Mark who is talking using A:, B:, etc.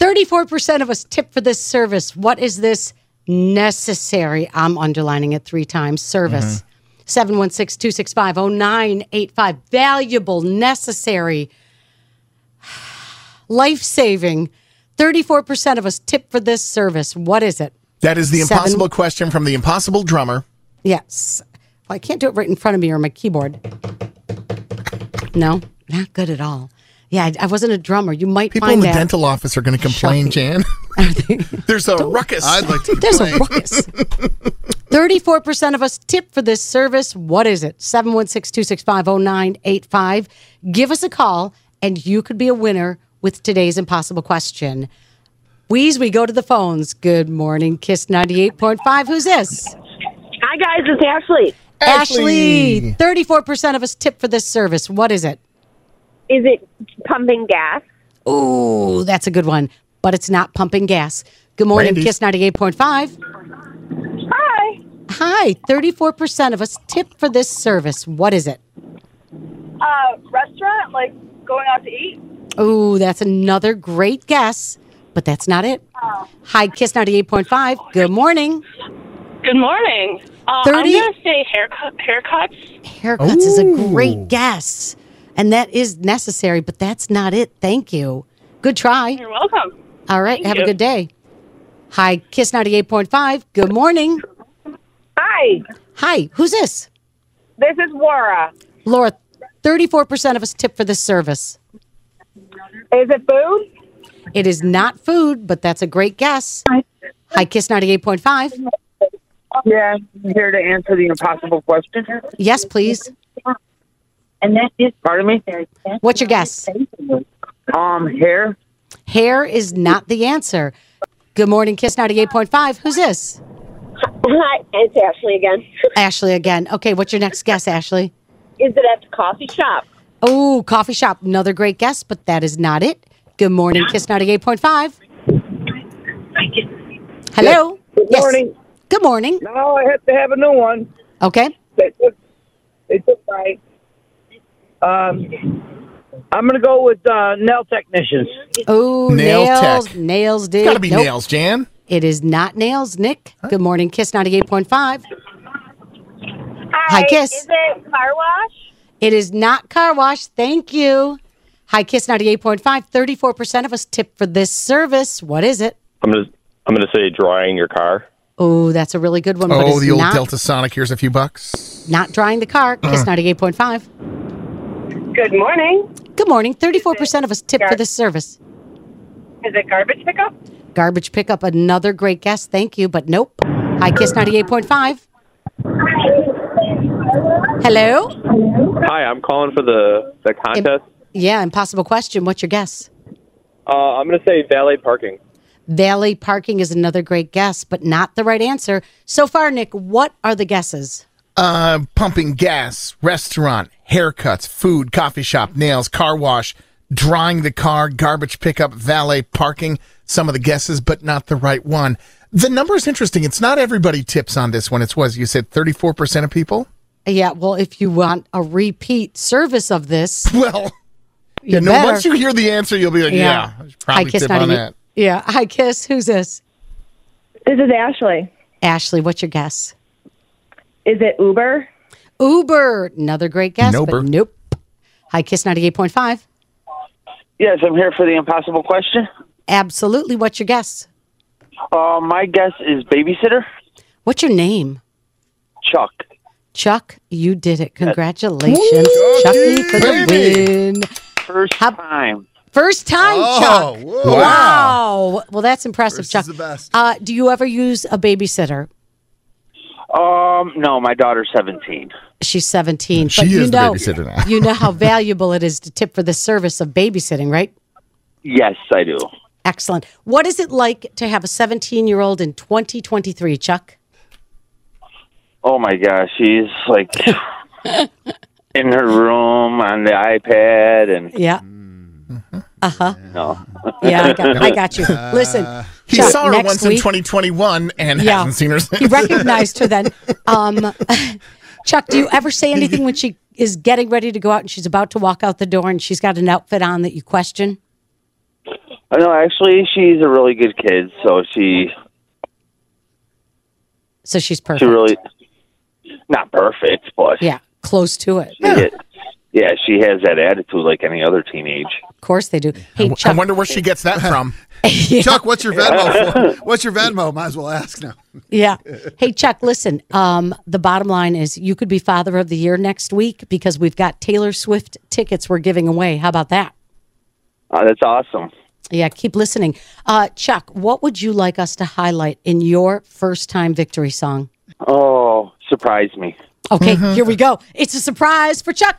A: 34% of us tip for this service. What is this necessary? I'm underlining it three times service.
B: Mm-hmm.
A: 716 265 0985. Valuable, necessary, life saving. 34% of us tip for this service. What is it?
B: That is the
A: Seven.
B: impossible question from the impossible drummer.
A: Yes. Well, I can't do it right in front of me or my keyboard. No, not good at all. Yeah, I, I wasn't a drummer. You might
B: People in
A: find
B: the
A: that.
B: dental office are going to complain, Jan. There's a ruckus.
C: I'd like to
A: There's
C: complain.
A: a ruckus. 34% of us tip for this service. What is it? 716 265 0985. Give us a call and you could be a winner with today's impossible question. Wheeze, we go to the phones. Good morning, Kiss 98.5. Who's this?
D: Hi guys, it's Ashley.
A: Ashley. 34% of us tip for this service. What is it?
D: Is it pumping gas?
A: Ooh, that's a good one, but it's not pumping gas. Good morning,
B: Brandy's.
A: Kiss 98.5.
D: Hi.
A: Hi, 34% of us tip for this service. What is it?
D: Uh, restaurant, like going out to eat.
A: Oh, that's another great guess, but that's not it. Hi, Kiss 98.5. Good morning.
E: Good morning. Uh, I'm
A: 30?
E: going to say haircut, haircuts.
A: Haircuts is a
B: Ooh.
A: great guess, and that is necessary, but that's not it. Thank you. Good try.
E: You're welcome.
A: All right, have a
E: you.
A: good day. Hi, Kiss 98.5. Good morning.
D: Hi.
A: Hi, who's this?
D: This is Wara.
A: Laura, 34% of us tip for this service.
D: Is it food?
A: It is not food, but that's a great guess. Hi, Kiss 98.5.
F: Yeah, I'm here to answer the impossible question.
A: Yes, please.
F: And that is pardon me.
A: What's your guess?
F: Um, hair.
A: Hair is not the answer. Good morning, Kiss 98.5. Who's this?
D: Hi, it's Ashley again.
A: Ashley again. Okay, what's your next guess, Ashley?
D: Is it at the coffee shop?
A: Oh, coffee shop. Another great guess, but that is not it. Good morning, Kiss 98.5. Hello?
F: Good
A: Yes.
F: morning.
A: Good morning.
F: No, Oh, I have to have a new one.
A: Okay.
F: They took, they took my. Um, I'm gonna go with uh, nail technicians.
A: Oh,
B: Nail
A: nails.
B: tech.
A: Nails, dude.
B: Got to be
A: Nope.
B: nails, Jan.
A: It is not nails, Nick. Good morning, Kiss 98.5. Hi, Kiss.
D: Is it car wash?
A: It is not car wash. Thank you. Hi, Kiss 98.5. 34% of us tip for this service. What is it?
G: I'm gonna I'm gonna say drying your car.
A: Oh, that's a really good one. but
B: Oh,
A: it's
B: the old
A: not,
B: Delta Uh-huh. Sonic. Here's a few bucks.
A: Not drying the car. Kiss 98.5.
D: Good morning.
A: Good morning. 34% of us tip for this service.
D: Is it garbage pickup?
A: Garbage pickup, another great guess. Thank you, but nope. Hi, Kiss 98.5. Hello?
G: Hi, I'm calling for the the contest.
A: Yeah, impossible question. What's your guess?
G: Uh, I'm gonna say valet parking.
A: Valley parking is another great guess, but not the right answer. So far, Nick, what are the guesses?
B: Uh, pumping gas, restaurant, haircuts, food, coffee shop, nails, car wash, drying the car, garbage pickup, valet parking. Some of the guesses, but not the right one. The number is interesting. It's not everybody tips on this one. It's was you said 34% of people?
A: Yeah, well, if you want a repeat service of this,
B: Well,
A: you
B: yeah, no,
A: better.
B: once you hear the answer, you'll be like, yeah, I should probably tip on
A: 98
B: that.
A: Yeah, hi, Kiss. Who's this?
D: This is Ashley.
A: Ashley, what's your guess?
D: Is it Uber?
A: Uber, another great guess,
B: Nober.
A: but nope. Hi, Kiss 98.5.
F: Yes, I'm here for the impossible question.
A: Absolutely. What's your guess?
C: Uh, my guess is babysitter.
A: What's your name?
C: Chuck.
A: Chuck, you did
C: Uh,
A: it. Congratulations, Chucky, for the win.
C: First time.
A: First time,
C: Oh,
A: Chuck.
C: whoa.
A: Wow. Well, that's impressive,
C: First
A: Chuck.
C: is the best.
A: Uh, do you ever use a babysitter?
C: Um, no, my daughter's seventeen.
A: She's 17.
C: She
A: but you
C: is the
A: know,
C: babysitter now.
A: you know how valuable it is to tip for the service of babysitting, right?
C: Yes, I do.
A: Excellent. What is it like to have a 17 year old in 2023, Chuck?
C: Oh my gosh, she's like in her room on the iPad and
A: Yeah.
B: Mm.
A: Uh huh.
C: no.
A: Yeah, I got, I got you. Listen,
B: Uh, He
A: Chuck,
B: saw her
A: next
B: once in
A: week-
B: 2021 and
A: Yeah.
B: hasn't seen her since.
A: He recognized her then. Um, Chuck, do you ever say anything when she is getting ready to go out and she's about to walk out the door and she's got an outfit on that you question?
C: No, actually, she's a really good kid, so she
A: So she's perfect.
C: she really not perfect, but
A: yeah, close to it.
C: she hit- yeah, she has that attitude like any other teenage.
A: Of course they do. Hey, Chuck.
B: wonder where she gets that from.
H: Chuck, what's your Venmo? For? What's your Venmo? Might as well ask now.
A: Yeah. Hey, Chuck, listen, um, the bottom line is you could be Father of the Year next week because we've got Taylor Swift tickets we're giving away. How about that?
C: Oh, that's awesome.
A: Yeah, keep listening. Uh, Chuck, what would you like us to highlight in your first time victory song?
C: Oh, surprise me.
A: Okay, here we go. It's a surprise for Chuck.